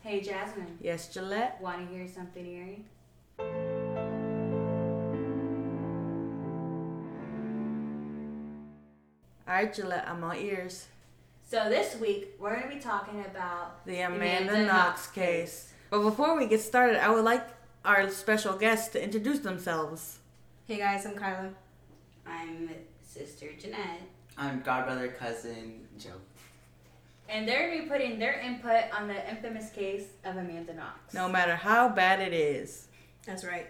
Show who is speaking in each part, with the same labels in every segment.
Speaker 1: Hey, Jasmine,
Speaker 2: Yes, Gillette.
Speaker 1: want to hear something eerie?
Speaker 2: All right, Gillette, I'm all ears.
Speaker 1: So this week we're going to be talking about
Speaker 2: The Amanda, Knox case. But before we get started, I would like our special guests to introduce themselves.
Speaker 3: Hey guys, I'm Kyla.
Speaker 1: I'm Sister Jeanette,
Speaker 4: I'm godbrother cousin Joe.
Speaker 1: and they're going to be putting their input on the infamous case of Amanda Knox.
Speaker 2: No matter how bad it is,
Speaker 3: That's right.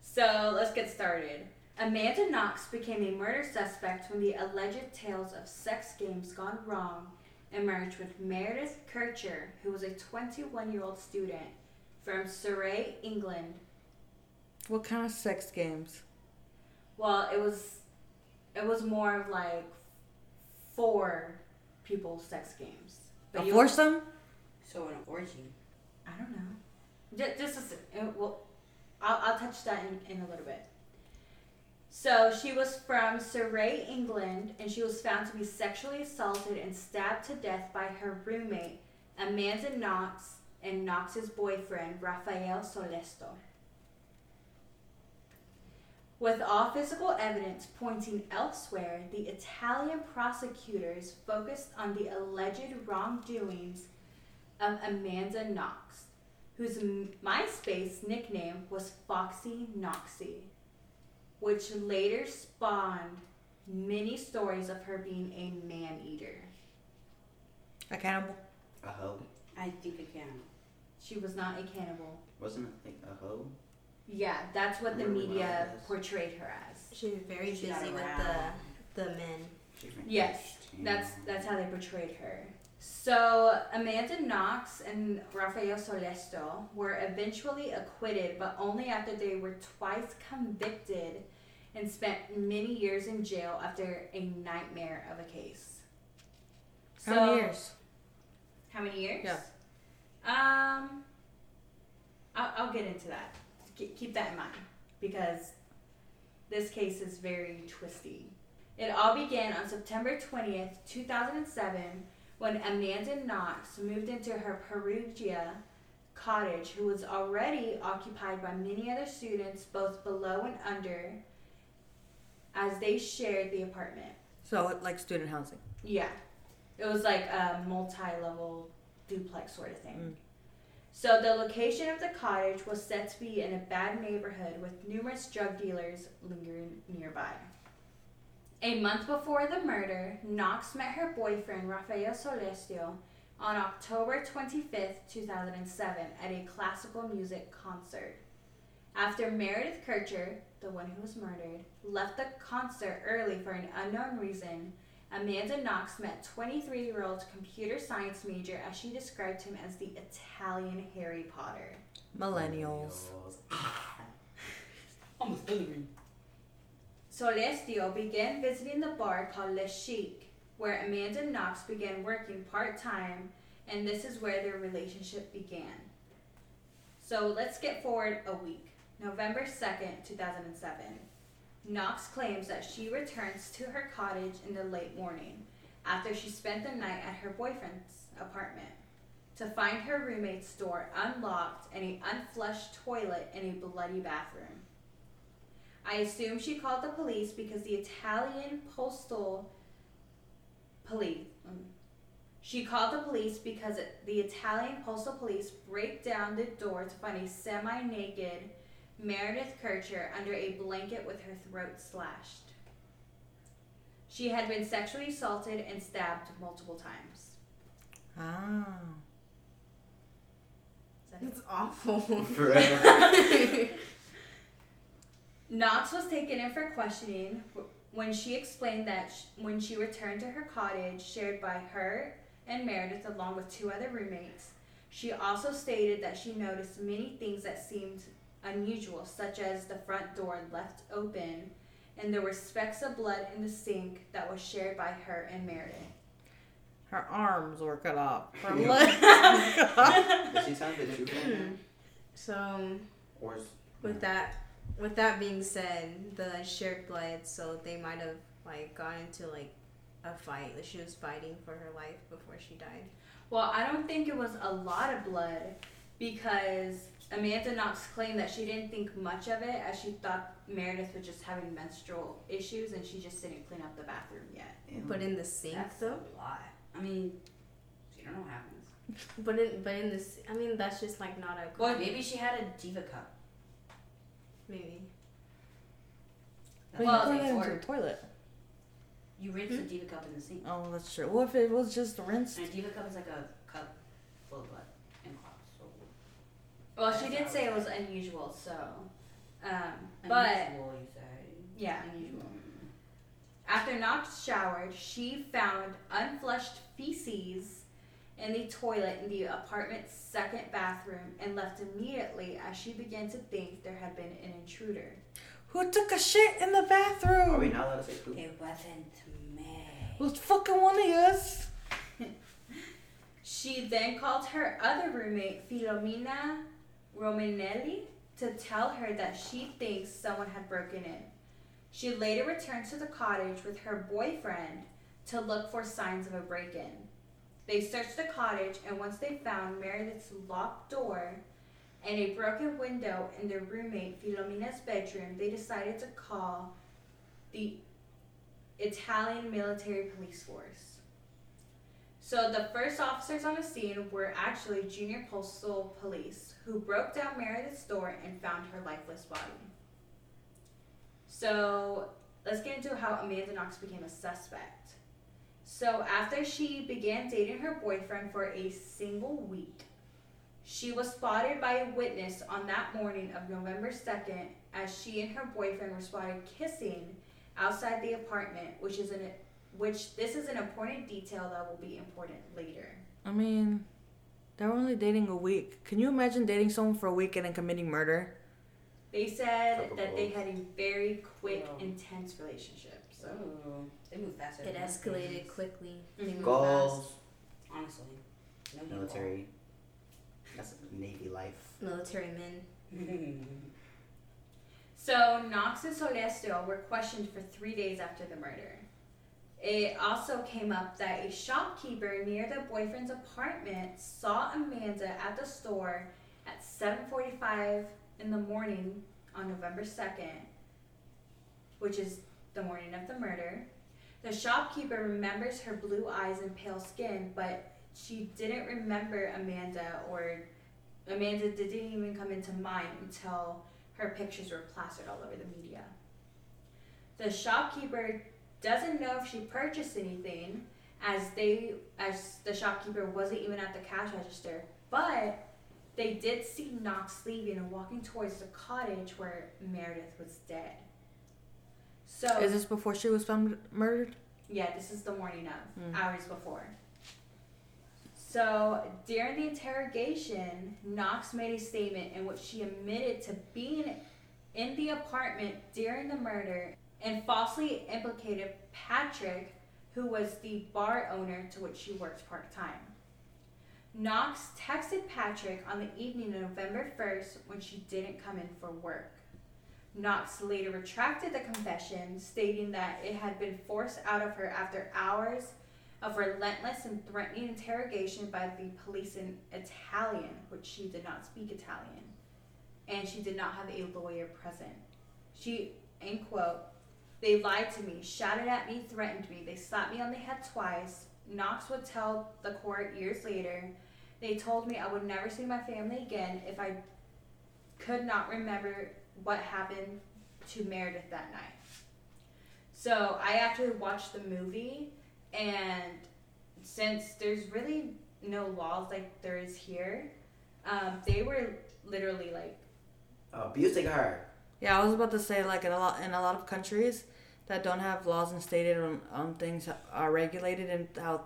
Speaker 1: So let's get started. Amanda Knox became a murder suspect when the alleged tales of sex games gone wrong emerged with Meredith Kircher, who was a 21 year old student from Surrey, England.
Speaker 2: what kind of sex games?
Speaker 1: Well, it was it was more of like four people sex games.
Speaker 2: A
Speaker 1: you-
Speaker 2: foursome?
Speaker 5: So an orgy.
Speaker 1: I don't know. Just, just a s- uh, well, I'll, I'll touch that in, in a little bit. So she was from Surrey, England, and she was found to be sexually assaulted and stabbed to death by her roommate Amanda Knox and Knox's boyfriend Rafael Solesto. With all physical evidence pointing elsewhere, the Italian prosecutors focused on the alleged wrongdoings of Amanda Knox, whose M- MySpace nickname was Foxy Knoxy, which later spawned many stories of her being a man eater.
Speaker 2: A cannibal?
Speaker 4: A hoe?
Speaker 5: I think I can.
Speaker 1: She was not a cannibal.
Speaker 4: Wasn't it like a hoe?
Speaker 1: Yeah, that's what the
Speaker 4: Really well,
Speaker 1: media
Speaker 4: yes.
Speaker 1: portrayed her as.
Speaker 3: She's very
Speaker 5: She got
Speaker 3: busy with
Speaker 5: around.
Speaker 3: the the men.
Speaker 4: She went
Speaker 1: Yes,
Speaker 4: fishing.
Speaker 1: That's that's how they portrayed her. So Amanda Knox and Rafael Solesto were eventually acquitted, but only after they were twice convicted and spent many years in jail after a nightmare of a case.
Speaker 2: How many years?
Speaker 1: How many years?
Speaker 2: Yeah.
Speaker 1: Um, I'll, I'll get into that. Ke- Keep that in mind because this case is very twisty. It all began on September 20th, 2007, when Amanda Knox moved into her Perugia cottage, who was already occupied by many other students, both below and under, as they shared the apartment.
Speaker 2: So, like student housing.
Speaker 1: Yeah. It was like a multi level duplex sort of thing. So the location of the cottage was said to be in a bad neighborhood with numerous drug dealers lingering nearby. A month before the murder, Knox met her boyfriend Rafael Solestio on October 25th, 2007 at a classical music concert. After Meredith Kircher, the one who was murdered, left the concert early for an unknown reason, Amanda Knox met 23 year old computer science major as she described him as the Italian Harry Potter.
Speaker 2: Millennials.
Speaker 5: Almost hungry.
Speaker 1: Solestio began visiting the bar called Le Chic, where Amanda Knox began working part time, and this is where their relationship began. So let's get forward a week. November 2nd, 2007. Knox claims that she returns to her cottage in the late morning after she spent the night at her boyfriend's apartment to find her roommate's door unlocked and an unflushed toilet in a bloody bathroom. I assume she called the police because the Italian postal police. mm. She called the police because the Italian postal police break down the door to find a semi-naked Meredith Kircher under a blanket with her throat slashed. She had been sexually assaulted and stabbed multiple times.
Speaker 2: Ah.
Speaker 1: Is that it?
Speaker 3: That's awful.
Speaker 4: Forever.
Speaker 1: Knox was taken in for questioning wh- when she explained that sh- when she returned to her cottage, shared by her and Meredith, along with two other roommates, she also stated that she noticed many things that seemed unusual, such as the front door left open and there were specks of blood in the sink that was shared by her and
Speaker 2: Her arms were cut off. Her
Speaker 4: Yeah.
Speaker 2: legs were cut off.
Speaker 4: Does she sound the truth right
Speaker 5: Hmm.
Speaker 4: now?
Speaker 3: Mm. so
Speaker 4: Or is
Speaker 3: with that with that being said, the shared blood, so they might have like gotten into like a fight. Like she was fighting for her life before she died.
Speaker 1: Well, I don't think it was a lot of blood because Amanda Knox claimed that she didn't think much of it as she thought Meredith was just having menstrual issues and she just didn't clean up the bathroom yet.
Speaker 4: Ew.
Speaker 3: But in the sink
Speaker 5: Mm. That's
Speaker 3: though.
Speaker 5: a lot. I mean, you don't know what happens.
Speaker 3: But in but in this, I mean that's just like not a
Speaker 5: Well, maybe she had a diva cup.
Speaker 3: maybe.
Speaker 5: That's
Speaker 1: Well,
Speaker 5: how
Speaker 1: you
Speaker 5: things
Speaker 2: into the
Speaker 5: work.
Speaker 2: toilet. Hmm?
Speaker 5: you rinse a diva cup in the sink.
Speaker 2: Oh, that's true. What if it was just rinsed?
Speaker 5: And a diva cup is like a cup full of blood and clots. So
Speaker 1: Well, she
Speaker 5: That's
Speaker 1: did
Speaker 5: not
Speaker 1: say it
Speaker 5: okay.
Speaker 1: was unusual, so. Um, but
Speaker 5: unusual, you say.
Speaker 1: yeah,
Speaker 5: Unusual.
Speaker 1: after Knox showered, she found unflushed feces in the toilet in the apartment's second bathroom and left immediately as she began to think there had been an intruder.
Speaker 2: Who took a shit in the
Speaker 4: Are we
Speaker 2: bathroom?
Speaker 4: not allowed to say poop?
Speaker 5: It wasn't me.
Speaker 2: It was fucking one of us.
Speaker 1: She then called her other roommate, Filomena Romanelli, to tell her that she thinks someone had broken in. She later returned to the cottage with her boyfriend to look for signs of a break in. They searched the cottage, and once they found Meredith's locked door and a broken window in their roommate Filomena's bedroom, they decided to call the Italian military police force. So the first officers on the scene were actually junior postal police who broke down Meredith's door and found her lifeless body. So let's get into how Amanda Knox became a suspect. So after she began dating her boyfriend for a single week, she was spotted by a witness on that morning of November 2nd as she and her boyfriend were spotted kissing outside the apartment, which is an which this is an important detail that will be important later.
Speaker 2: I mean, they were only dating a week. Can you imagine dating someone for a week and then committing murder?
Speaker 1: They said
Speaker 4: Couple
Speaker 1: that they had a very quick,
Speaker 5: Wow.
Speaker 1: intense relationship. So
Speaker 5: So they move faster.
Speaker 3: It
Speaker 5: than us.
Speaker 3: escalated quickly. They
Speaker 1: Mhm.
Speaker 5: Mm-hmm.
Speaker 3: moved fast.
Speaker 4: Goals.
Speaker 5: Honestly, no you
Speaker 4: Military. That's Navy life.
Speaker 3: Military men.
Speaker 5: won't.
Speaker 1: So Knox and Solesto were questioned for three days after the murder. It also came up that a shopkeeper near the boyfriend's apartment saw Amanda at the store at 7:45 in the morning on November 2nd, which is the morning of the murder. The shopkeeper remembers her blue eyes and pale skin, but she didn't remember Amanda or Amanda didn't even come into mind until her pictures were plastered all over the media. The shopkeeper doesn't know if she purchased anything as they as the shopkeeper wasn't even at the cash register, but they did see Knox leaving and walking towards the cottage where Meredith was dead. So
Speaker 2: Is this before she was found murdered?
Speaker 1: yeah, this is the morning of,
Speaker 2: Mm.
Speaker 1: hours before. So during the interrogation, Knox made a statement in which she admitted to being in the apartment during the murder and falsely implicated Patrick, who was the bar owner to which she worked part time. Knox texted Patrick on the evening of November 1st when she didn't come in for work. Knox later retracted the confession, stating that it had been forced out of her after hours of relentless and threatening interrogation by the police in Italian, which she did not speak Italian, and she did not have a lawyer present. She, end quote, they lied to me, shouted at me, threatened me, they slapped me on the head twice. Knox would tell the court years later, they told me I would never see my family again if I could not remember what happened to Meredith that night. So I actually watched the movie, and since there's really no laws like there is here, um, they were literally like,
Speaker 4: Abusing Oh, her.
Speaker 2: Yeah, I was about to say like in a lot in a lot of countries that don't have laws and stated on, on things are regulated and how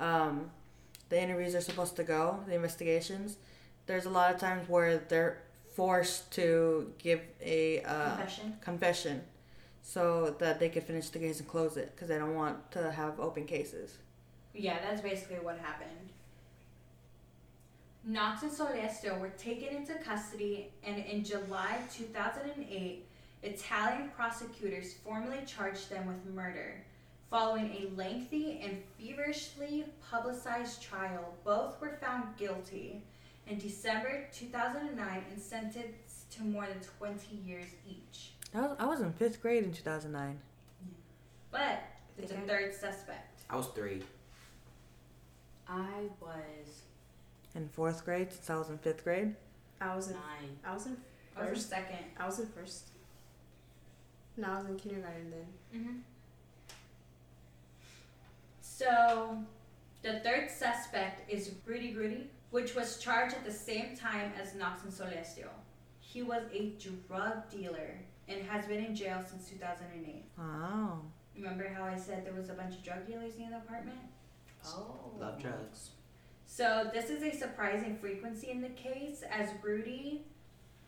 Speaker 2: um, the interviews are supposed to go, the investigations. There's a lot of times where they're forced to give a uh,
Speaker 1: confession.
Speaker 2: confession so that they could finish the case and close it because they don't want to have open cases.
Speaker 1: Yeah, that's basically what happened. Knox and Solesto were taken into custody, and in July 2008, Italian prosecutors formally charged them with murder Following a lengthy and feverishly publicized trial, both were found guilty in December 2009 and sentenced to more than 20 years each.
Speaker 2: I was, I was in fifth grade in 2009.
Speaker 1: But it's a
Speaker 3: Okay.
Speaker 1: third suspect.
Speaker 4: I was three.
Speaker 5: I was
Speaker 2: In fourth grade, since I was in fifth grade.
Speaker 3: I was in.
Speaker 5: nine.
Speaker 3: I was in.
Speaker 1: Or was
Speaker 3: First?
Speaker 1: second.
Speaker 3: I was in first. No, I was in kindergarten then.
Speaker 1: Mm-hmm. So, the third suspect is Rudy Grudy, which was charged at the same time as Knox and Solesio. He was a drug dealer and has been in jail since 2008.
Speaker 2: Wow.
Speaker 1: Remember how I said there was a bunch of drug dealers in the apartment?
Speaker 5: Oh.
Speaker 4: Love drugs.
Speaker 1: So, this is a surprising frequency in the case, as Rudy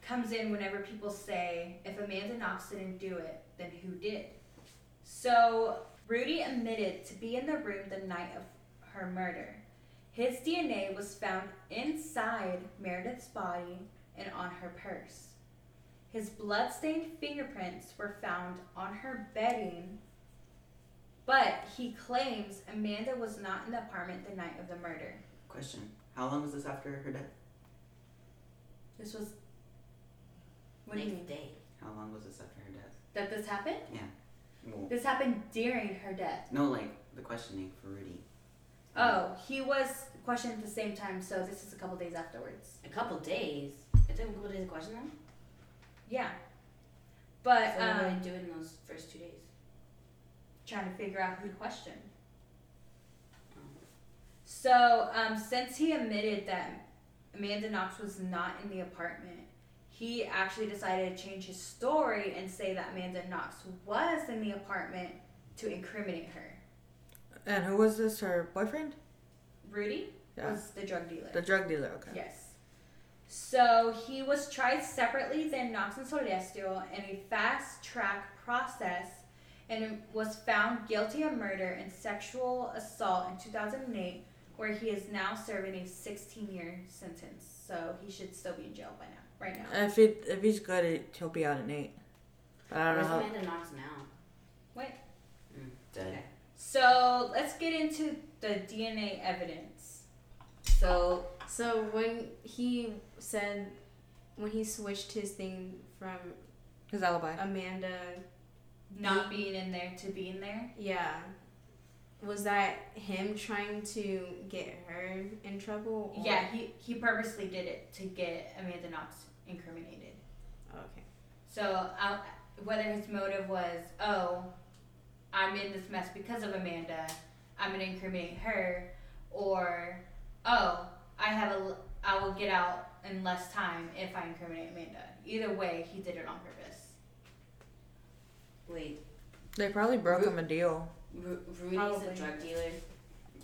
Speaker 1: comes in whenever people say, if Amanda Knox didn't do it, then who did? So, Rudy admitted to be in the room the night of her murder. His DNA was found inside Meredith's body and on her purse. His bloodstained fingerprints were found on her bedding, but he claims Amanda was not in the apartment the night of the murder.
Speaker 4: Question: How long was this after her death?
Speaker 1: This was. What do you mean?
Speaker 5: Next day.
Speaker 4: How long was this after her death?
Speaker 1: That this happened?
Speaker 4: Well,
Speaker 1: This happened during her death.
Speaker 4: no, like the questioning for Rudy.
Speaker 1: Oh, he was questioned at the same time, so this is a couple days afterwards.
Speaker 5: A couple days. It took a couple days to question them.
Speaker 1: Yeah.
Speaker 3: Uh,
Speaker 1: But,
Speaker 5: So what did I
Speaker 1: um,
Speaker 5: do in those first two days?
Speaker 1: trying to figure out who to question.
Speaker 5: Oh.
Speaker 1: So, um, since he admitted that Amanda Knox was not in the apartment, he actually decided to change his story and say that Amanda Knox was in the apartment to incriminate her.
Speaker 2: And who was this? Her boyfriend?
Speaker 1: Rudy
Speaker 2: Yeah.
Speaker 1: was the drug dealer.
Speaker 2: The drug dealer, okay.
Speaker 1: Yes. So he was tried separately than Knox and Solestio in a fast track process and was found guilty of murder and sexual assault in 2008, where he is now serving a 16 year sentence. So he should still be in jail by now, right now.
Speaker 2: If it if he's good, it, he'll be out at eight. But I don't
Speaker 5: Where's
Speaker 2: know. How,
Speaker 5: Amanda Knox now?
Speaker 4: Dead.
Speaker 5: Okay.
Speaker 1: So let's get into the DNA evidence.
Speaker 5: So
Speaker 3: So when he said, when he switched his thing from
Speaker 2: his alibi.
Speaker 3: Amanda,
Speaker 1: Not being in there to being there.
Speaker 3: yeah, was that him trying to get her in trouble? or-
Speaker 1: Yeah, he, he purposely did it to get Amanda Knox incriminated.
Speaker 3: Okay.
Speaker 1: So I, whether his motive was, oh, I'm in this mess because of Amanda, I'm gonna incriminate her, or oh, I have a, l- I will get out in less time if I incriminate Amanda. Either way, he did it on purpose.
Speaker 5: wait,
Speaker 2: They probably broke him a deal.
Speaker 5: Ru- Rudy's
Speaker 1: Probably.
Speaker 5: a drug dealer.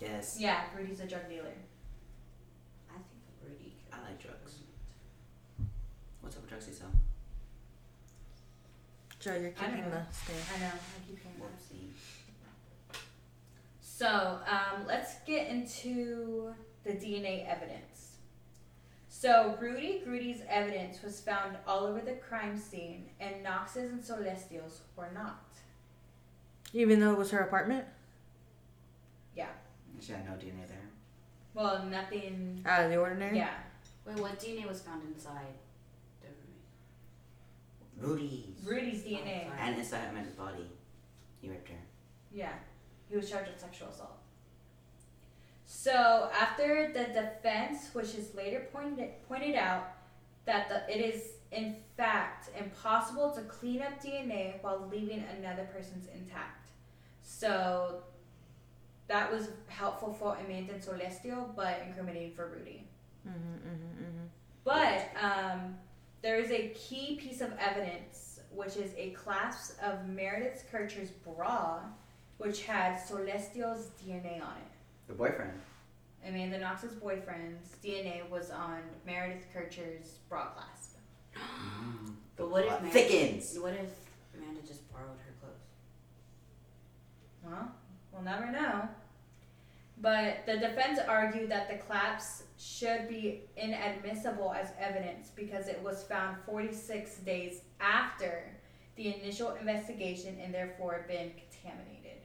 Speaker 4: Yes.
Speaker 1: Yeah, Rudy's a drug dealer.
Speaker 5: I think Rudy.
Speaker 4: I like drugs. What type of drugs do you sell?
Speaker 2: Joe, you're
Speaker 1: I don't
Speaker 2: keeping the
Speaker 1: know.
Speaker 2: stand.
Speaker 1: I know. I keep hearing that.
Speaker 4: Whoopsie.
Speaker 1: So um, let's get into the DNA evidence. So Rudy Grudy's evidence was found all over the crime scene, and Knox's and Celestial's were not.
Speaker 2: Even though it was her apartment?
Speaker 4: She had no DNA there.
Speaker 1: Well, nothing.
Speaker 2: Out of the ordinary?
Speaker 1: Yeah,
Speaker 5: Wait, what DNA was found inside? the room?
Speaker 4: Rudy's.
Speaker 1: Rudy's DNA.
Speaker 5: Outside.
Speaker 4: And inside Amanda's body, he raped her.
Speaker 1: Yeah, he was charged with sexual assault. So after the defense, which is later pointed pointed out that the, it is in fact impossible to clean up DNA while leaving another person's intact. So that was helpful for Amanda and Celestio, but incriminating for Rudy.
Speaker 2: Mm-hmm, mm-hmm, mm-hmm.
Speaker 1: But um, there is a key piece of evidence, which is a clasp of Meredith Kircher's bra, which had Celestio's DNA on it.
Speaker 4: The boyfriend.
Speaker 1: Amanda Knox's boyfriend's DNA was on Meredith Kircher's bra clasp.
Speaker 4: The
Speaker 5: But what if
Speaker 4: plot
Speaker 5: Mary-
Speaker 4: thickens?
Speaker 5: What if Amanda just borrowed her clothes?
Speaker 1: Well, we'll never know. But the defense argued that the clasp should be inadmissible as evidence because it was found 46 days after the initial investigation and therefore been contaminated.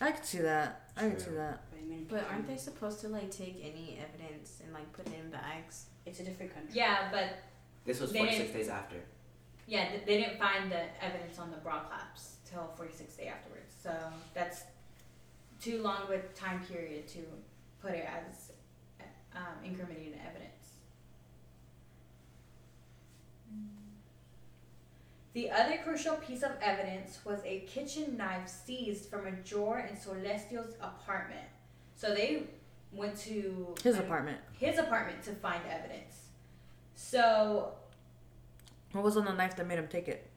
Speaker 2: I could see that. I could see
Speaker 4: True.
Speaker 2: that.
Speaker 5: But, I mean,
Speaker 3: But aren't they supposed to like take any evidence and like put it in bags?
Speaker 5: It's a different country.
Speaker 1: Yeah, but
Speaker 4: This was
Speaker 1: They
Speaker 4: 46 days after.
Speaker 1: yeah, th- they didn't find the evidence on the bra claps till 46 day afterwards. So that's too long of a time period to put it as um, incriminating evidence. The other crucial piece of evidence was a kitchen knife seized from a drawer in Solestio's apartment. So they went to
Speaker 2: His
Speaker 1: an-
Speaker 2: apartment.
Speaker 1: his apartment to find evidence. So
Speaker 2: What was on the knife that made him take it?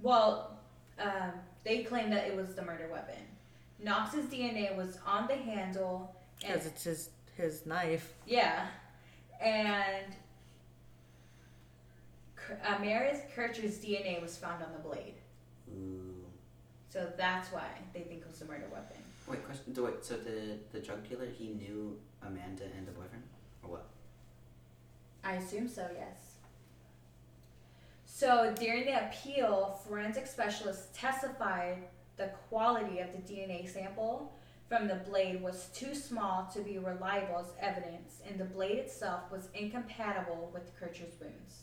Speaker 1: Well, um, they claimed that it was the murder weapon. Knox's DNA was on the handle, and
Speaker 2: Because it's his his knife.
Speaker 1: yeah, and K- uh, Maris Kircher's DNA was found on the blade.
Speaker 4: Ooh.
Speaker 1: So that's why they think it was the murder weapon.
Speaker 4: Wait, question. So wait, so the the drug dealer he knew Amanda and the boyfriend, or what?
Speaker 1: I assume so, yes. So during the appeal, forensic specialists testified the quality of the DNA sample from the blade was too small to be reliable as evidence, and the blade itself was incompatible with Kircher's wounds.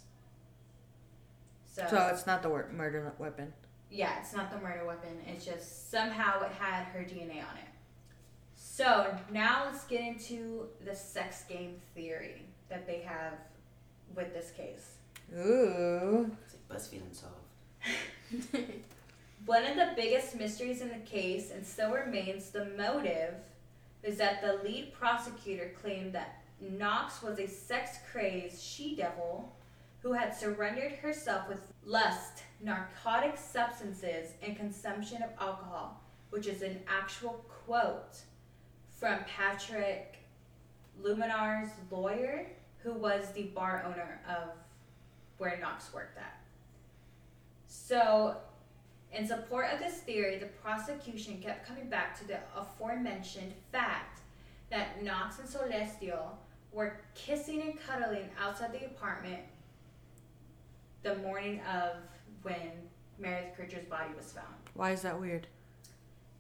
Speaker 1: So,
Speaker 2: So it's not the wor- murder weapon.
Speaker 1: yeah, it's not the murder weapon. It's just somehow it had her DNA on it. So now let's get into the sex game theory that they have with this case.
Speaker 2: Ooh.
Speaker 4: It's like BuzzFeed unsolved.
Speaker 1: One of the biggest mysteries in the case, and still remains the motive, is that the lead prosecutor claimed that Knox was a sex crazed she devil who had surrendered herself with lust, narcotic substances, and consumption of alcohol, which is an actual quote from Patrick Luminar's lawyer, who was the bar owner of where Knox worked at. So in support of this theory, the prosecution kept coming back to the aforementioned fact that Knox and Celestio were kissing and cuddling outside the apartment the morning of when Meredith Kircher's body was found.
Speaker 2: Why is that weird?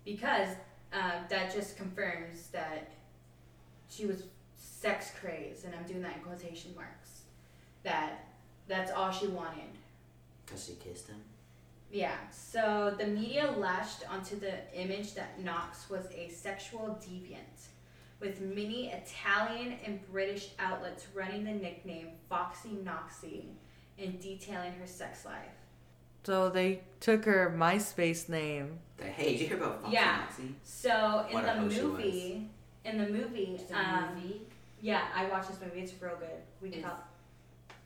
Speaker 1: Because uh, that just confirms that she was sex crazed, and I'm doing that in quotation marks. That that's all she wanted.
Speaker 4: Cause she kissed him.
Speaker 1: Yeah, so the media latched onto the image that Knox was a sexual deviant, with many Italian and British outlets running the nickname Foxy Noxy and detailing her sex life.
Speaker 2: So they took her MySpace name.
Speaker 4: The, hey, did you hear about Foxy
Speaker 1: Yeah.
Speaker 4: Moxie?
Speaker 1: So in
Speaker 4: What a
Speaker 1: the
Speaker 4: hoe she
Speaker 1: movie, in the movie,
Speaker 5: It's a
Speaker 1: um,
Speaker 5: movie.
Speaker 1: yeah, I watched this movie. It's real good. We can
Speaker 5: Is-
Speaker 1: call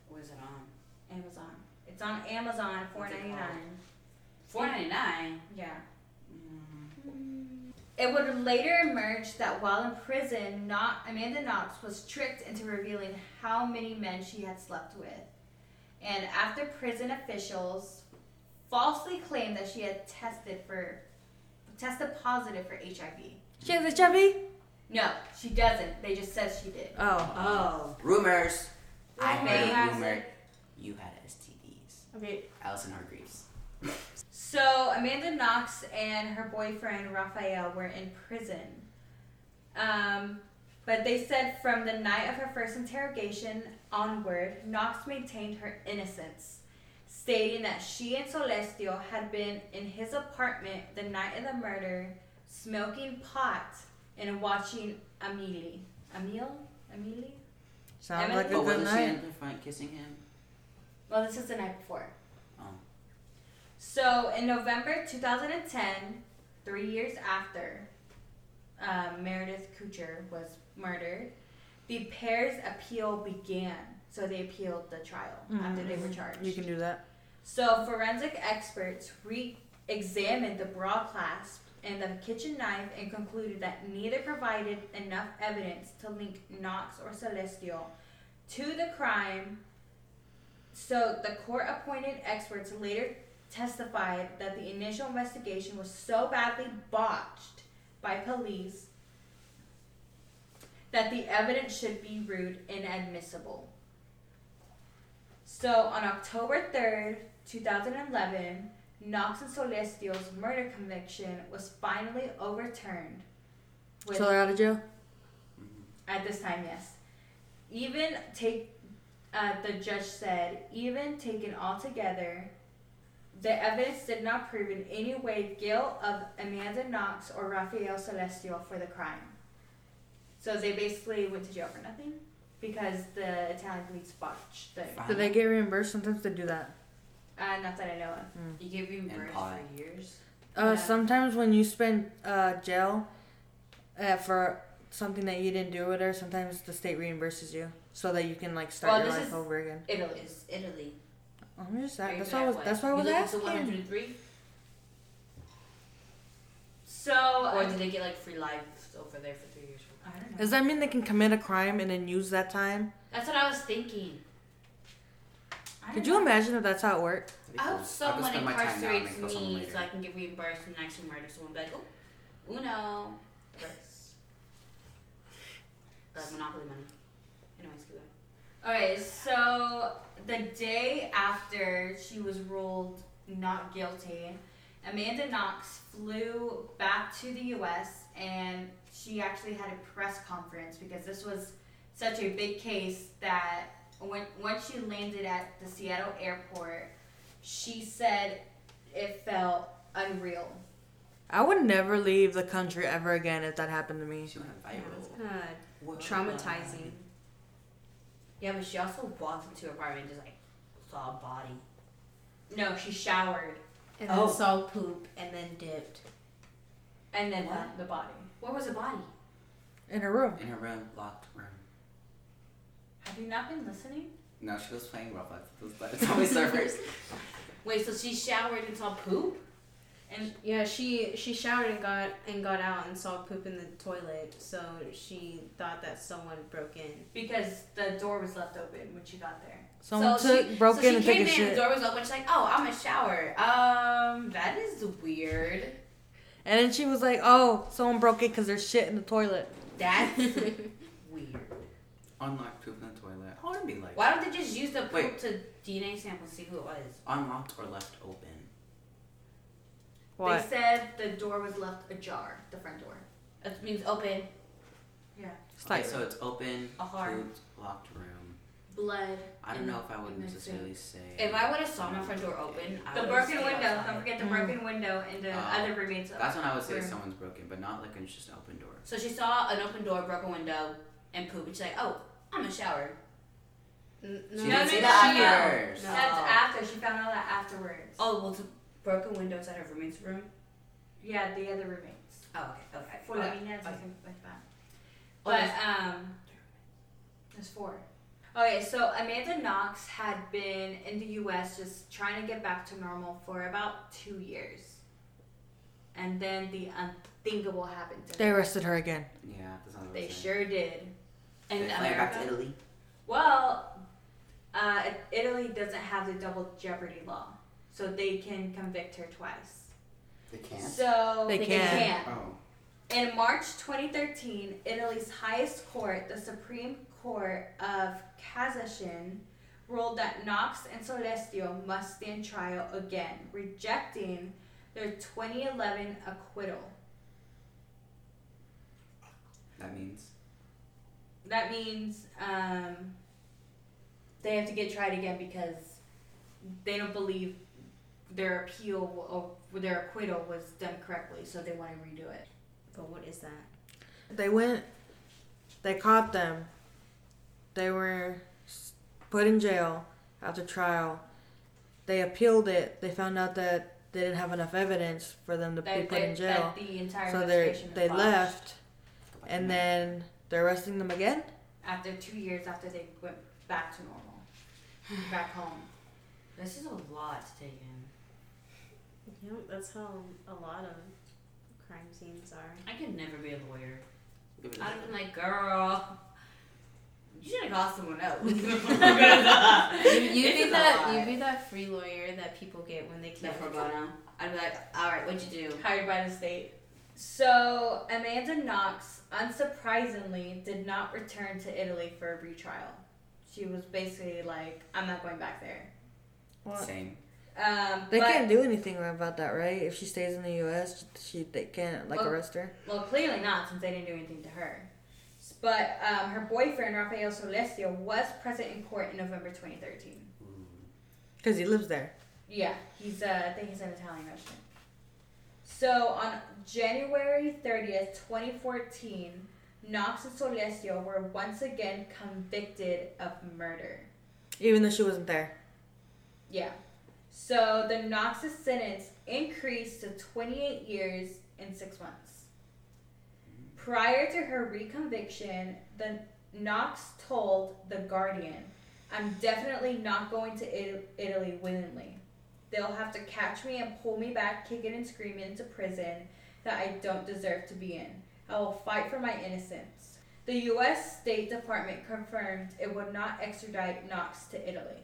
Speaker 5: What is it on?
Speaker 1: it Amazon. It's on Amazon, four
Speaker 5: What's it
Speaker 1: ninety
Speaker 5: called?
Speaker 1: nine.
Speaker 5: Four ninety nine.
Speaker 1: Yeah. Mm-hmm.
Speaker 5: Mm.
Speaker 1: It would later emerge that while in prison, not Amanda Knox was tricked into revealing how many men she had slept with. And after prison officials falsely claimed that she had tested for tested positive for HIV.
Speaker 2: She has HIV?
Speaker 1: No, she doesn't. They just says she did.
Speaker 2: Oh.
Speaker 5: Oh.
Speaker 4: Rumors. I
Speaker 3: Rumor
Speaker 4: heard
Speaker 3: has
Speaker 4: a rumor.
Speaker 3: it.
Speaker 4: You had STDs.
Speaker 3: Okay,
Speaker 4: Allison Hargreaves.
Speaker 1: So Amanda Knox and her boyfriend Raphael were in prison. Um, but they said from the night of her first interrogation onward, Knox maintained her innocence, stating that she and Celestio had been in his apartment the night of the murder, smoking pot and watching Amelie. Emile? Amelie?
Speaker 2: Sounds
Speaker 1: Emily?
Speaker 2: like a
Speaker 4: Oh,
Speaker 1: But
Speaker 2: good
Speaker 4: wasn't she
Speaker 2: night.
Speaker 4: in the front kissing him?
Speaker 1: Well, this is the night before.
Speaker 4: Oh.
Speaker 1: So in November 2010, three years after um, Meredith Kucher was murdered, the pair's appeal began. So they appealed the trial after they were charged.
Speaker 2: Mm-hmm. You can do that.
Speaker 1: So forensic experts re-examined the bra clasp and the kitchen knife and concluded that neither provided enough evidence to link Knox or Celestial to the crime. So the court-appointed experts later testified that the initial investigation was so badly botched by police that the evidence should be ruled inadmissible. So on October 3rd, 2011, Knox and Celestial's murder conviction was finally overturned. with-
Speaker 2: So they're out of jail.
Speaker 4: Mm-hmm.
Speaker 1: at this time, yes. Even take, uh, the judge said, even taken altogether, the evidence did not prove in any way guilt of Amanda Knox or Rafael Celestial for the crime. So they basically went to jail for nothing because the Italian police botched the.
Speaker 4: Fine.
Speaker 2: Do they get reimbursed? Sometimes they do that.
Speaker 1: Uh, not that I know of.
Speaker 5: You get reimbursed
Speaker 4: pot.
Speaker 5: for years.
Speaker 2: Uh,
Speaker 1: Yeah.
Speaker 2: Sometimes when you spend uh, jail uh, for something that you didn't do with her, sometimes the state reimburses you so that you can like start
Speaker 1: Well,
Speaker 2: your
Speaker 1: this
Speaker 2: life
Speaker 1: is-
Speaker 2: over again. Oh,
Speaker 1: Italy.
Speaker 5: It's Italy.
Speaker 2: I'm just
Speaker 5: Very
Speaker 2: that's
Speaker 5: good
Speaker 2: why I
Speaker 5: at
Speaker 2: was
Speaker 5: what?
Speaker 2: that's why I was
Speaker 5: you look at the
Speaker 2: asking.
Speaker 5: 103,
Speaker 1: So
Speaker 5: or
Speaker 1: I
Speaker 5: Oh, did they get like free life over there for three years?
Speaker 1: I don't know.
Speaker 2: Does that mean they can commit a crime and then use that time?
Speaker 5: That's what I was thinking.
Speaker 1: I don't
Speaker 2: Could
Speaker 1: know.
Speaker 2: you imagine if that's how it worked?
Speaker 4: That'd be
Speaker 5: I
Speaker 4: cool.
Speaker 5: hope
Speaker 4: could
Speaker 5: Oh, someone
Speaker 4: spend my time now and
Speaker 5: incarcerates
Speaker 4: then kill someone
Speaker 5: me
Speaker 4: later.
Speaker 5: so I can get reimbursed and actually murder someone. Be like, oh, uno, reverse. Like Monopoly money. Anyways, keep going.
Speaker 1: Okay, so the day after she was ruled not guilty, Amanda Knox flew back to the US and she actually had a press conference because this was such a big case that when, once she landed at the Seattle airport, she said it felt unreal.
Speaker 2: I would never leave the country ever again if that happened to me.
Speaker 4: She went
Speaker 3: Yeah, it's
Speaker 4: viral.
Speaker 3: kind
Speaker 4: Whoa.
Speaker 3: of traumatizing.
Speaker 5: Yeah, but she also walked into her apartment and just like saw a body.
Speaker 1: No, she showered
Speaker 3: And
Speaker 5: Oh.
Speaker 3: then saw poop and then dipped.
Speaker 1: and then
Speaker 5: What?
Speaker 1: the body.
Speaker 5: Where was the body?
Speaker 2: In her room.
Speaker 4: In her room, locked room.
Speaker 1: Have you not been listening?
Speaker 4: No, she was playing Roblox. It was like- It's always servers.
Speaker 5: Wait, so she showered and saw poop?
Speaker 3: Yeah, she she showered and got and got out and saw poop in the toilet, so she thought that someone broke in.
Speaker 1: Because the door was left open when she got there.
Speaker 2: Someone
Speaker 5: so
Speaker 2: took, broke
Speaker 5: so
Speaker 2: in
Speaker 5: she
Speaker 2: and took
Speaker 5: came
Speaker 2: a
Speaker 5: in,
Speaker 2: shit.
Speaker 5: the door was open. She's like, oh, I'm a shower. Um, that is weird.
Speaker 2: and then she was like, oh, someone broke it because there's shit in the toilet.
Speaker 5: That's weird.
Speaker 4: Unlocked poop in the toilet. I wouldn't be like
Speaker 5: Why don't they just use the poop
Speaker 4: Wait.
Speaker 5: to DNA sample and see who it was?
Speaker 4: unlocked or left open.
Speaker 2: What?
Speaker 1: They said the door was left ajar, the front door.
Speaker 5: It means open.
Speaker 2: It's
Speaker 4: Okay,
Speaker 2: like,
Speaker 4: so it's open,
Speaker 5: A hard-
Speaker 4: pooped, locked room.
Speaker 1: Blood.
Speaker 4: I don't
Speaker 1: And-
Speaker 4: know if I would
Speaker 1: and that's
Speaker 4: necessarily say.
Speaker 5: If I would have saw my front door open, I
Speaker 1: The
Speaker 5: would've
Speaker 1: broken
Speaker 5: stayed
Speaker 1: window.
Speaker 5: outside.
Speaker 1: Don't forget the
Speaker 2: Mm.
Speaker 1: broken window and the
Speaker 4: Oh.
Speaker 1: other roommates.
Speaker 4: That's when I would say
Speaker 1: Room.
Speaker 4: someone's broken, but not like it's just an open door.
Speaker 5: So she saw an open door, broken window, and poop. And she's like, oh, I'm a shower.
Speaker 3: N-
Speaker 4: She
Speaker 1: no,
Speaker 4: didn't
Speaker 1: no,
Speaker 4: say
Speaker 1: no,
Speaker 4: that
Speaker 1: no.
Speaker 4: first.
Speaker 5: No.
Speaker 1: That's after. She found all that afterwards.
Speaker 5: Oh, well, the broken windows at her roommate's room.
Speaker 1: Yeah, the other roommates.
Speaker 5: Oh, okay, okay.
Speaker 1: Four
Speaker 5: okay.
Speaker 1: roommates,
Speaker 5: okay.
Speaker 1: something like that.
Speaker 5: Oh,
Speaker 1: But,
Speaker 5: there's-
Speaker 1: um, there's four. Okay, so Amanda Knox had been in the US just trying to get back to normal for about two years. And then the unthinkable happened to her.
Speaker 2: they arrested her again.
Speaker 4: Yeah, that's not what I
Speaker 1: They
Speaker 4: was saying.
Speaker 1: sure did.
Speaker 5: And
Speaker 4: they
Speaker 5: uh,
Speaker 4: fly back to
Speaker 5: America.
Speaker 4: Italy.
Speaker 1: Well, uh, Italy doesn't have the double jeopardy law, so they can convict her twice.
Speaker 4: They
Speaker 1: So
Speaker 2: They can.
Speaker 4: Oh.
Speaker 1: In March 2013, Italy's highest court, the Supreme Court of Cassation, ruled that Knox and Celestio must stand trial again, rejecting their 2011 acquittal.
Speaker 4: That means
Speaker 1: That means um, they have to get tried again because they don't believe their appeal or their acquittal was done correctly, so they want to redo it.
Speaker 3: But what is that?
Speaker 2: They went, they caught them. They were s- put in jail after trial. They appealed it. They found out that they didn't have enough evidence for them to be
Speaker 1: That,
Speaker 2: put in
Speaker 1: that,
Speaker 2: jail.
Speaker 1: that the entire
Speaker 2: So they
Speaker 1: investigation was
Speaker 2: they
Speaker 1: botched
Speaker 2: left,
Speaker 4: Go back
Speaker 2: and
Speaker 4: to
Speaker 2: then they're arresting them again.
Speaker 1: after two years after they went back to normal, back home.
Speaker 5: This is a lot to take in.
Speaker 3: Yeah, that's how a lot of crime scenes are.
Speaker 5: I could never be a lawyer.
Speaker 4: Give it a
Speaker 5: I'd have
Speaker 4: shot.
Speaker 5: been like, girl, you should have got someone else. you
Speaker 3: You, you
Speaker 5: think
Speaker 3: be that you be that free lawyer that people get when they
Speaker 5: the
Speaker 3: can't.
Speaker 5: pro bono. I'd be like, all right, what'd you do?
Speaker 1: Hired by the state. So Amanda Knox, unsurprisingly, did not return to Italy for a retrial. She was basically like, "I'm not going back there."
Speaker 2: Well,
Speaker 4: Same.
Speaker 1: Um,
Speaker 2: They
Speaker 1: but,
Speaker 2: can't do anything about that, right? If she stays in the U.S., she they can't like
Speaker 1: Well-
Speaker 2: arrest her.
Speaker 1: Well, clearly not, since they didn't do anything to her. But um, her boyfriend, Rafael Solesio, was present in court in November 2013.
Speaker 2: Because he lives there.
Speaker 1: Yeah, he's, uh, I think he's an Italian Russian. So on January 30th, 2014, Knox and Solesio were once again convicted of murder.
Speaker 2: Even though she wasn't there.
Speaker 1: Yeah. So the Knox's sentence increased to 28 years and six months. Prior to her reconviction, the Knox told the Guardian, "I'm definitely not going to It- Italy willingly. They'll have to catch me and pull me back, kicking and screaming into prison that I don't deserve to be in. I will fight for my innocence." The U.S. State Department confirmed it would not extradite Knox to Italy.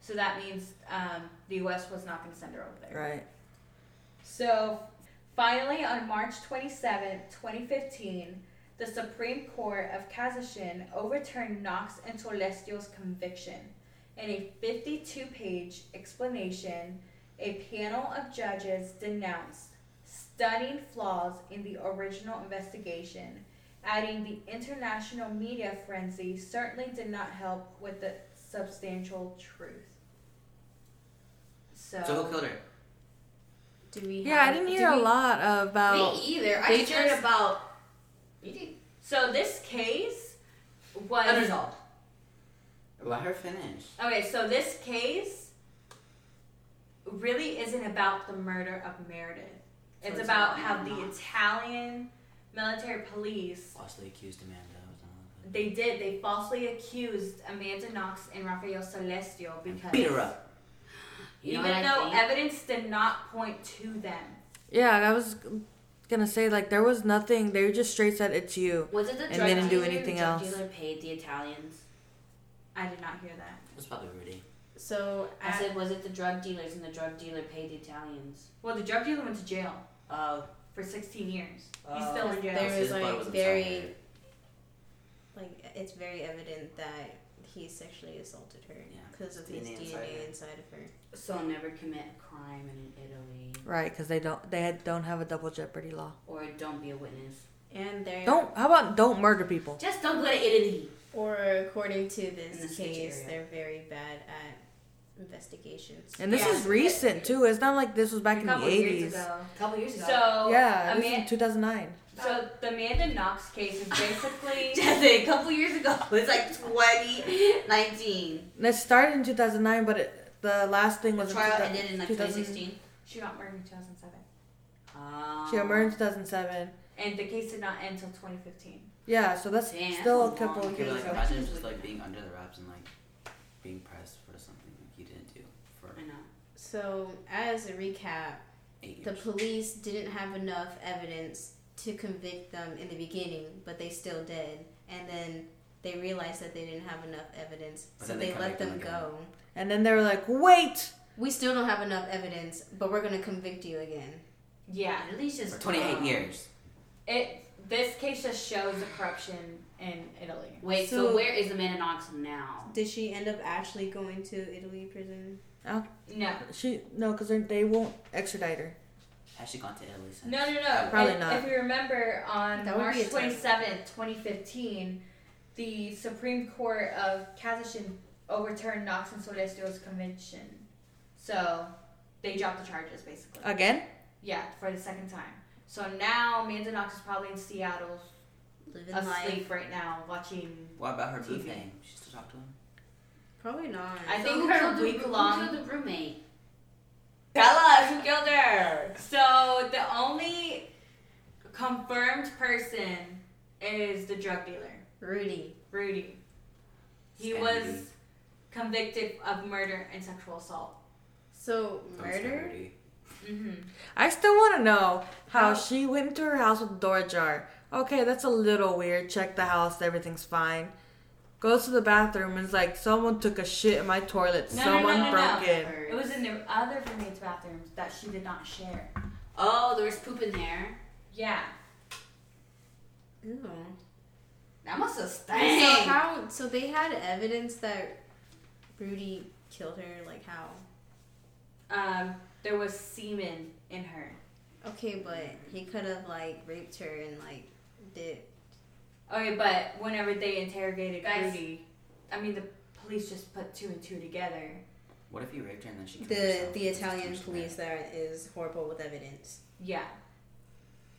Speaker 1: So that means um, the U.S. was not going to send her over there.
Speaker 2: Right.
Speaker 1: So finally, on March 27, 2015, the Supreme Court of Kazakhstan overturned Knox and Solestio's conviction. In a 52 page explanation, a panel of judges denounced stunning flaws in the original investigation, adding the international media frenzy certainly did not help with the substantial truth. So,
Speaker 4: So who killed her?
Speaker 3: Do we?
Speaker 2: Yeah, I
Speaker 3: have-
Speaker 2: didn't
Speaker 3: do
Speaker 2: hear a
Speaker 3: we-
Speaker 2: lot about.
Speaker 5: Me either. I
Speaker 1: they
Speaker 5: just heard
Speaker 1: just-
Speaker 5: about you did
Speaker 1: So this case was
Speaker 5: unresolved.
Speaker 4: Let her finish.
Speaker 1: okay. So this case really isn't about the murder of Meredith.
Speaker 5: So
Speaker 1: it's
Speaker 5: it's
Speaker 1: about
Speaker 5: about
Speaker 1: how the
Speaker 5: Knox.
Speaker 1: Italian military police
Speaker 4: Falsely accused Amanda. of something.
Speaker 1: they did they falsely accused Amanda Knox and Rafael Celestio because
Speaker 4: Beat her up.
Speaker 5: You know
Speaker 1: even
Speaker 5: what I
Speaker 1: though
Speaker 5: think?
Speaker 1: evidence did not point to them.
Speaker 2: Yeah, I was gonna say like there was nothing. They just straight said it's you.
Speaker 5: Was it the
Speaker 2: And
Speaker 5: drug
Speaker 2: didn't do
Speaker 5: dealer?
Speaker 2: anything
Speaker 5: drug
Speaker 2: else.
Speaker 5: dealer paid the Italians.
Speaker 1: I did not hear that.
Speaker 4: It was probably Rudy.
Speaker 3: So
Speaker 5: I
Speaker 3: at-
Speaker 5: said, was it the drug dealers and the drug dealer paid the Italians?
Speaker 1: Well, the drug dealer went to jail
Speaker 5: Oh,
Speaker 1: for 16 years. He's
Speaker 5: Oh.
Speaker 1: still in jail.
Speaker 3: There
Speaker 4: His
Speaker 3: was,
Speaker 4: blood
Speaker 3: like,
Speaker 4: was inside
Speaker 3: very-
Speaker 4: her.
Speaker 3: like it's very evident that he sexually assaulted her
Speaker 4: Yeah.
Speaker 3: because of his
Speaker 4: DNA
Speaker 3: DNA
Speaker 4: inside her.
Speaker 3: inside of her.
Speaker 5: so never commit a crime in Italy,
Speaker 2: Right, because they don't they had- don't have a double jeopardy law.
Speaker 5: or don't be a witness.
Speaker 3: And there
Speaker 2: Don't how about don't murder people?
Speaker 5: Just don't go to Italy.
Speaker 3: Or according to
Speaker 5: In the
Speaker 3: this
Speaker 5: sketchy
Speaker 3: case,
Speaker 5: area.
Speaker 3: they're very bad at investigations.
Speaker 2: And this
Speaker 1: Yeah.
Speaker 2: is recent too. It's not like this was back
Speaker 1: a
Speaker 2: in the
Speaker 1: couple years
Speaker 2: eighties.
Speaker 1: ago. Oh,
Speaker 5: A couple years ago.
Speaker 1: So
Speaker 2: Yeah, this
Speaker 1: Amanda,
Speaker 2: was in two thousand nine.
Speaker 1: So the Amanda Knox case is basically
Speaker 5: Jesse, a couple years ago. It's like 2019.
Speaker 2: It started in two thousand nine, but it, the last thing
Speaker 5: The
Speaker 2: was
Speaker 5: trial
Speaker 2: in
Speaker 5: ended in like
Speaker 2: 2000.
Speaker 5: 2016.
Speaker 1: she got murdered in 2007,
Speaker 5: Um,
Speaker 2: She got murdered in two thousand seven.
Speaker 1: and the case did not end until 2015.
Speaker 2: Yeah, so that's
Speaker 5: Damn,
Speaker 2: still a
Speaker 5: that's a long
Speaker 2: couple of
Speaker 5: Okay,
Speaker 4: Okay,
Speaker 2: years
Speaker 4: but like
Speaker 5: so-
Speaker 2: ago.
Speaker 4: imagine just like being under the wraps and like being pressed for something like you didn't do for
Speaker 5: I know.
Speaker 3: So as a recap,
Speaker 4: eight
Speaker 3: the
Speaker 4: years.
Speaker 3: police didn't have enough evidence to convict them in the beginning, but they still did. And then they realized that they didn't have enough evidence,
Speaker 4: But
Speaker 3: so
Speaker 4: then they
Speaker 3: they,
Speaker 4: convict
Speaker 3: let
Speaker 4: them
Speaker 3: them
Speaker 4: again.
Speaker 3: go.
Speaker 2: And then they were like, wait,
Speaker 3: We still don't have enough evidence, but we're gonna convict you again.
Speaker 1: Yeah,
Speaker 5: Italy's just uh,
Speaker 4: for 28
Speaker 5: dumb.
Speaker 4: years.
Speaker 1: it this case just shows the corruption in Italy.
Speaker 5: Wait, so,
Speaker 3: So-
Speaker 5: where is Amanda Knox now?
Speaker 3: Did she end up actually going to Italy prison?
Speaker 1: No,
Speaker 2: she no, because they won't extradite her.
Speaker 4: Has she gone to Italy since?
Speaker 1: no, no, no.
Speaker 2: Probably
Speaker 1: if,
Speaker 2: not.
Speaker 1: If you remember, on
Speaker 3: That would
Speaker 1: March
Speaker 3: be a time.
Speaker 1: 27th, 2015, the Supreme Court of Kazakhstan overturned Knox and Sodestio's conviction, so they dropped the charges basically.
Speaker 3: Uh,
Speaker 2: Again?
Speaker 1: Yeah, for the second time. So now Amanda Knox is probably in Seattle
Speaker 3: Living
Speaker 1: asleep right now watching.
Speaker 4: What about her
Speaker 1: TV.
Speaker 4: moving? She still talked to him?
Speaker 3: Probably not.
Speaker 1: I
Speaker 5: So
Speaker 1: think
Speaker 5: who
Speaker 1: her
Speaker 5: killed the-
Speaker 1: week
Speaker 5: who
Speaker 1: long-
Speaker 5: killed the roommate? Tell us who killed her.
Speaker 1: So the only confirmed person is the drug dealer,
Speaker 3: Rudy.
Speaker 1: Rudy. He
Speaker 4: Stan
Speaker 1: was
Speaker 4: Rudy.
Speaker 1: convicted of murder and sexual assault.
Speaker 3: So
Speaker 4: Don't say
Speaker 3: murder.
Speaker 4: Rudy.
Speaker 1: Mm-hmm.
Speaker 2: I still want to know
Speaker 1: How-
Speaker 2: how she went into her house with the door ajar. Okay, that's a little weird. Check the house, everything's fine. Goes to the bathroom and is like, someone took a shit in my toilet.
Speaker 1: No, no,
Speaker 2: someone
Speaker 1: no, no,
Speaker 2: broke
Speaker 1: no.
Speaker 2: in.
Speaker 1: It was in the other roommate's bathrooms that she did not share.
Speaker 5: Oh, there was poop in there.
Speaker 1: Yeah.
Speaker 3: Ew.
Speaker 5: That must have
Speaker 3: So
Speaker 5: stank.
Speaker 3: how? So they had evidence that Rudy killed her. Like how?
Speaker 1: um, there was semen in her.
Speaker 3: Okay, but he could have like raped her and like did.
Speaker 1: Okay, but whenever they interrogated
Speaker 5: Guys.
Speaker 1: Rudy, I mean, the police just put two and two together.
Speaker 4: What if he raped her and then she killed
Speaker 3: The
Speaker 4: herself?
Speaker 3: the Italian
Speaker 4: It's just
Speaker 3: police that is horrible with evidence.
Speaker 1: Yeah.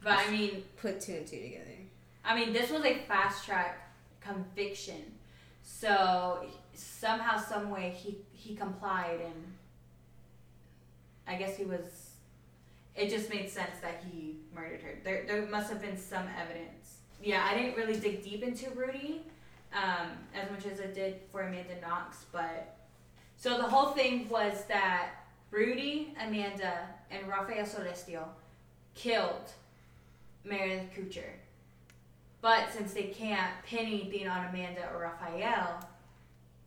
Speaker 1: But I mean,
Speaker 3: Put two and two together.
Speaker 1: I mean, this was a fast track conviction, so somehow, some way, he he complied, and I guess he was. It just made sense that he murdered her. There, there must have been some evidence. Yeah, I didn't really dig deep into Rudy um, as much as I did for Amanda Knox, but so the whole thing was that Rudy, Amanda, and Rafael Solestio killed Meredith Kucher. But since they can't pin anything on Amanda or Raphael,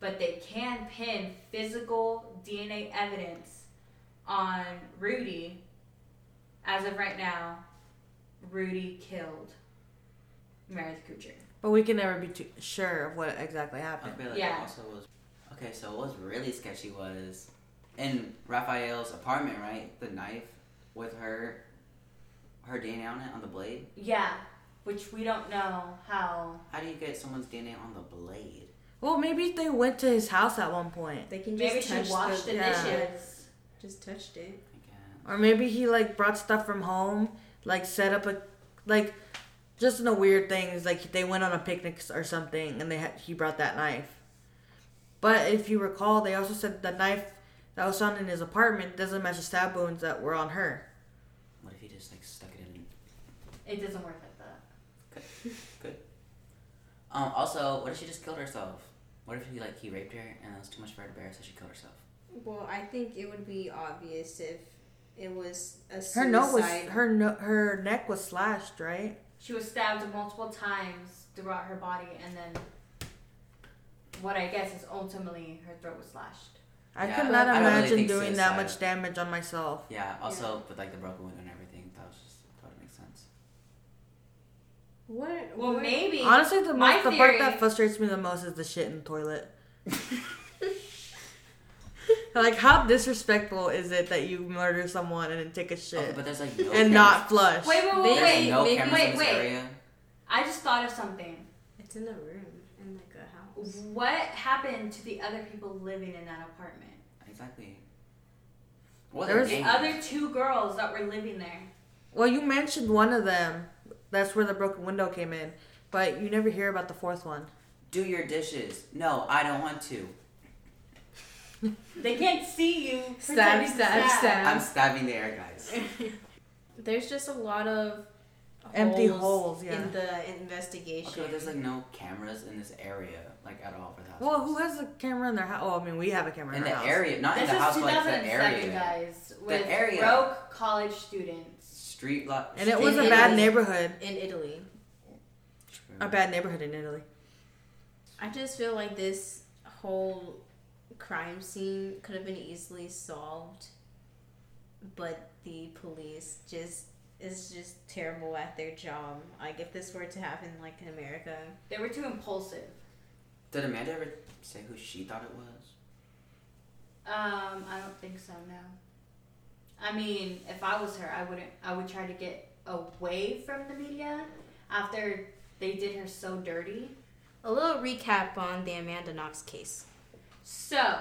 Speaker 1: but they can pin physical DNA evidence on Rudy, as of right now, Rudy killed Meredith Kucher.
Speaker 2: But we can never be too sure of what exactly happened.
Speaker 4: Okay, like,
Speaker 1: Yeah.
Speaker 4: Also was okay. So what was really sketchy was in Raphael's apartment, right? The knife with her, her DNA on it on the blade.
Speaker 1: Yeah, which we don't know how.
Speaker 4: How do you get someone's DNA on the blade?
Speaker 2: Well, maybe they went to his house at one point,
Speaker 3: They can just
Speaker 1: Maybe
Speaker 3: touch
Speaker 1: she washed
Speaker 3: the,
Speaker 1: the,
Speaker 2: yeah.
Speaker 1: dishes.
Speaker 3: Just touched it.
Speaker 4: I guess.
Speaker 2: or maybe he like brought stuff from home, like set up a, like, just in a weird thing is like they went on a picnic or something, and they had he brought that knife. But if you recall, they also said the knife that was found in his apartment doesn't match the stab wounds that were on her.
Speaker 4: What if he just like stuck it in?
Speaker 1: It doesn't work like that.
Speaker 4: Um. Also, what if she just killed herself? What if he like he raped her and it was too much for her to bear, so she killed herself?
Speaker 3: Well, I think it would be obvious if it was a suicide.
Speaker 2: Her note was her no, her neck was slashed, right?
Speaker 1: She was stabbed multiple times throughout her body, and then what I guess is ultimately her throat was slashed.
Speaker 2: I
Speaker 4: Yeah,
Speaker 2: could not
Speaker 4: I don't really
Speaker 2: imagine
Speaker 4: think
Speaker 2: doing that
Speaker 4: suicide.
Speaker 2: much damage on myself.
Speaker 4: Yeah. Also, with like the broken window and everything, that was just that would make sense.
Speaker 3: What?
Speaker 1: Well,
Speaker 3: what-
Speaker 1: maybe.
Speaker 2: Honestly, the
Speaker 1: My
Speaker 2: most, the
Speaker 1: theory-
Speaker 2: part that frustrates me the most is the shit in the toilet. like, how disrespectful is it that you murder someone and then take a shit
Speaker 4: Okay, Oh, but there's like no
Speaker 2: and not flush?
Speaker 1: Wait, wait, wait,
Speaker 4: cameras-
Speaker 3: There's
Speaker 1: wait,
Speaker 4: no
Speaker 1: wait,
Speaker 4: cameras in
Speaker 1: wait,
Speaker 4: this
Speaker 1: wait.
Speaker 4: area.
Speaker 1: I just thought of something.
Speaker 3: It's in the room in like a house.
Speaker 1: What happened to the other people living in that apartment?
Speaker 4: Exactly. Well,
Speaker 2: There
Speaker 4: they're
Speaker 2: was
Speaker 1: The
Speaker 4: gang-
Speaker 1: other two girls that were living there.
Speaker 2: Well, you mentioned one of them. That's where the broken window came in, but you never hear about the fourth one.
Speaker 4: Do your dishes. No, I don't want to.
Speaker 1: They can't see you.
Speaker 3: Stab,
Speaker 1: pretending to
Speaker 3: stab, stab.
Speaker 4: I'm stabbing the air, guys.
Speaker 3: There's just a lot of
Speaker 2: Empty holes, yeah.
Speaker 3: in the investigation.
Speaker 4: Okay, but there's like no cameras in this area, like at all for the house.
Speaker 2: Well, who has a camera in their house? Oh, I mean, we have a camera in,
Speaker 4: in
Speaker 2: our
Speaker 4: the
Speaker 2: house.
Speaker 4: area? Not in
Speaker 1: This
Speaker 4: the house,
Speaker 1: is
Speaker 4: but like the
Speaker 1: 2007,
Speaker 4: area.
Speaker 1: guys, with
Speaker 4: area.
Speaker 1: broke college students.
Speaker 4: Street lot.
Speaker 2: And it
Speaker 4: street-
Speaker 2: was a
Speaker 3: In
Speaker 2: bad
Speaker 3: Italy.
Speaker 2: neighborhood.
Speaker 3: in Italy.
Speaker 4: True.
Speaker 2: A bad neighborhood in Italy.
Speaker 3: I just feel like this whole crime scene could have been easily solved, but the police just is just terrible at their job. Like if this were to happen like in America,
Speaker 1: They were too impulsive.
Speaker 4: Did Amanda ever say who she thought it was?
Speaker 1: Um, I don't think so. No. I mean, if I was her, I wouldn't. I would try to get away from the media after they did her so dirty.
Speaker 3: a little recap on the Amanda Knox case.
Speaker 1: So,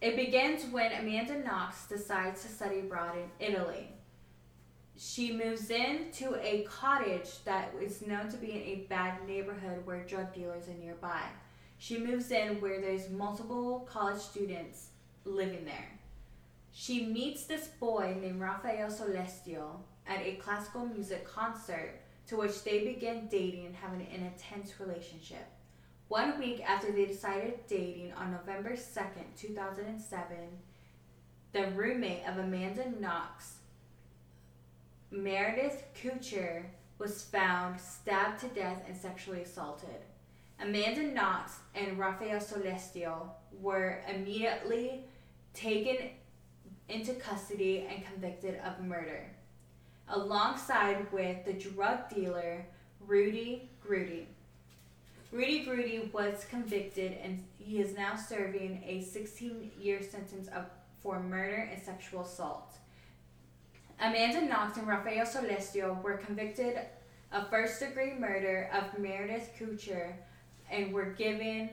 Speaker 1: it begins when Amanda Knox decides to study abroad in Italy. She moves in to a cottage that is known to be in a bad neighborhood where drug dealers are nearby. She moves in where there's multiple college students living there. She meets this boy named Rafael Solestio at a classical music concert to which they begin dating and having an intense relationship. One week after they decided dating on November 2nd, 2007, the roommate of Amanda Knox, Meredith Kucher, was found stabbed to death and sexually assaulted. Amanda Knox and Rafael Solestio were immediately taken into custody and convicted of murder, alongside with the drug dealer Rudy Grudy. Rudy Grudy was convicted and he is now serving a 16 year sentence of, for murder and sexual assault. Amanda Knox and Rafael Celestio were convicted of first degree murder of Meredith Kucher and were given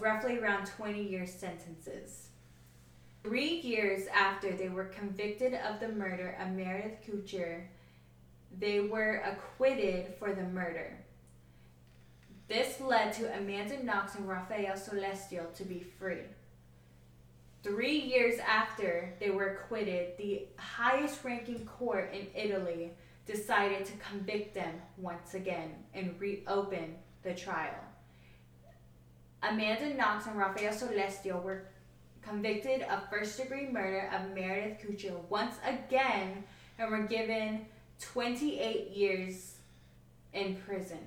Speaker 1: roughly around 20 year sentences. Three years after they were convicted of the murder of Meredith Kucher, they were acquitted for the murder. This led to Amanda Knox and Rafael Celestio to be free. Three years after they were acquitted, the highest ranking court in Italy decided to convict them once again and reopen the trial. Amanda Knox and Rafael Celestio were convicted of first degree murder of Meredith Kucher once again and were given 28 years in prison.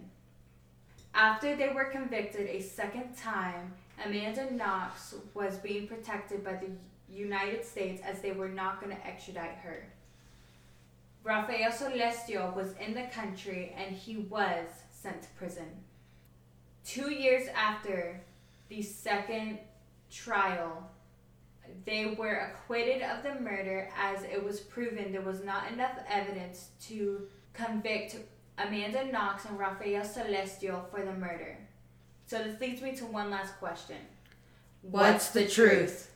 Speaker 1: After they were convicted a second time, Amanda Knox was being protected by the United States as they were not going to extradite her. Rafael Celestio was in the country and he was sent to prison. Two years after the second trial, they were acquitted of the murder as it was proven there was not enough evidence to convict Amanda Knox and Rafael Celestio for the murder. So this leads me to one last question.
Speaker 5: What's the truth?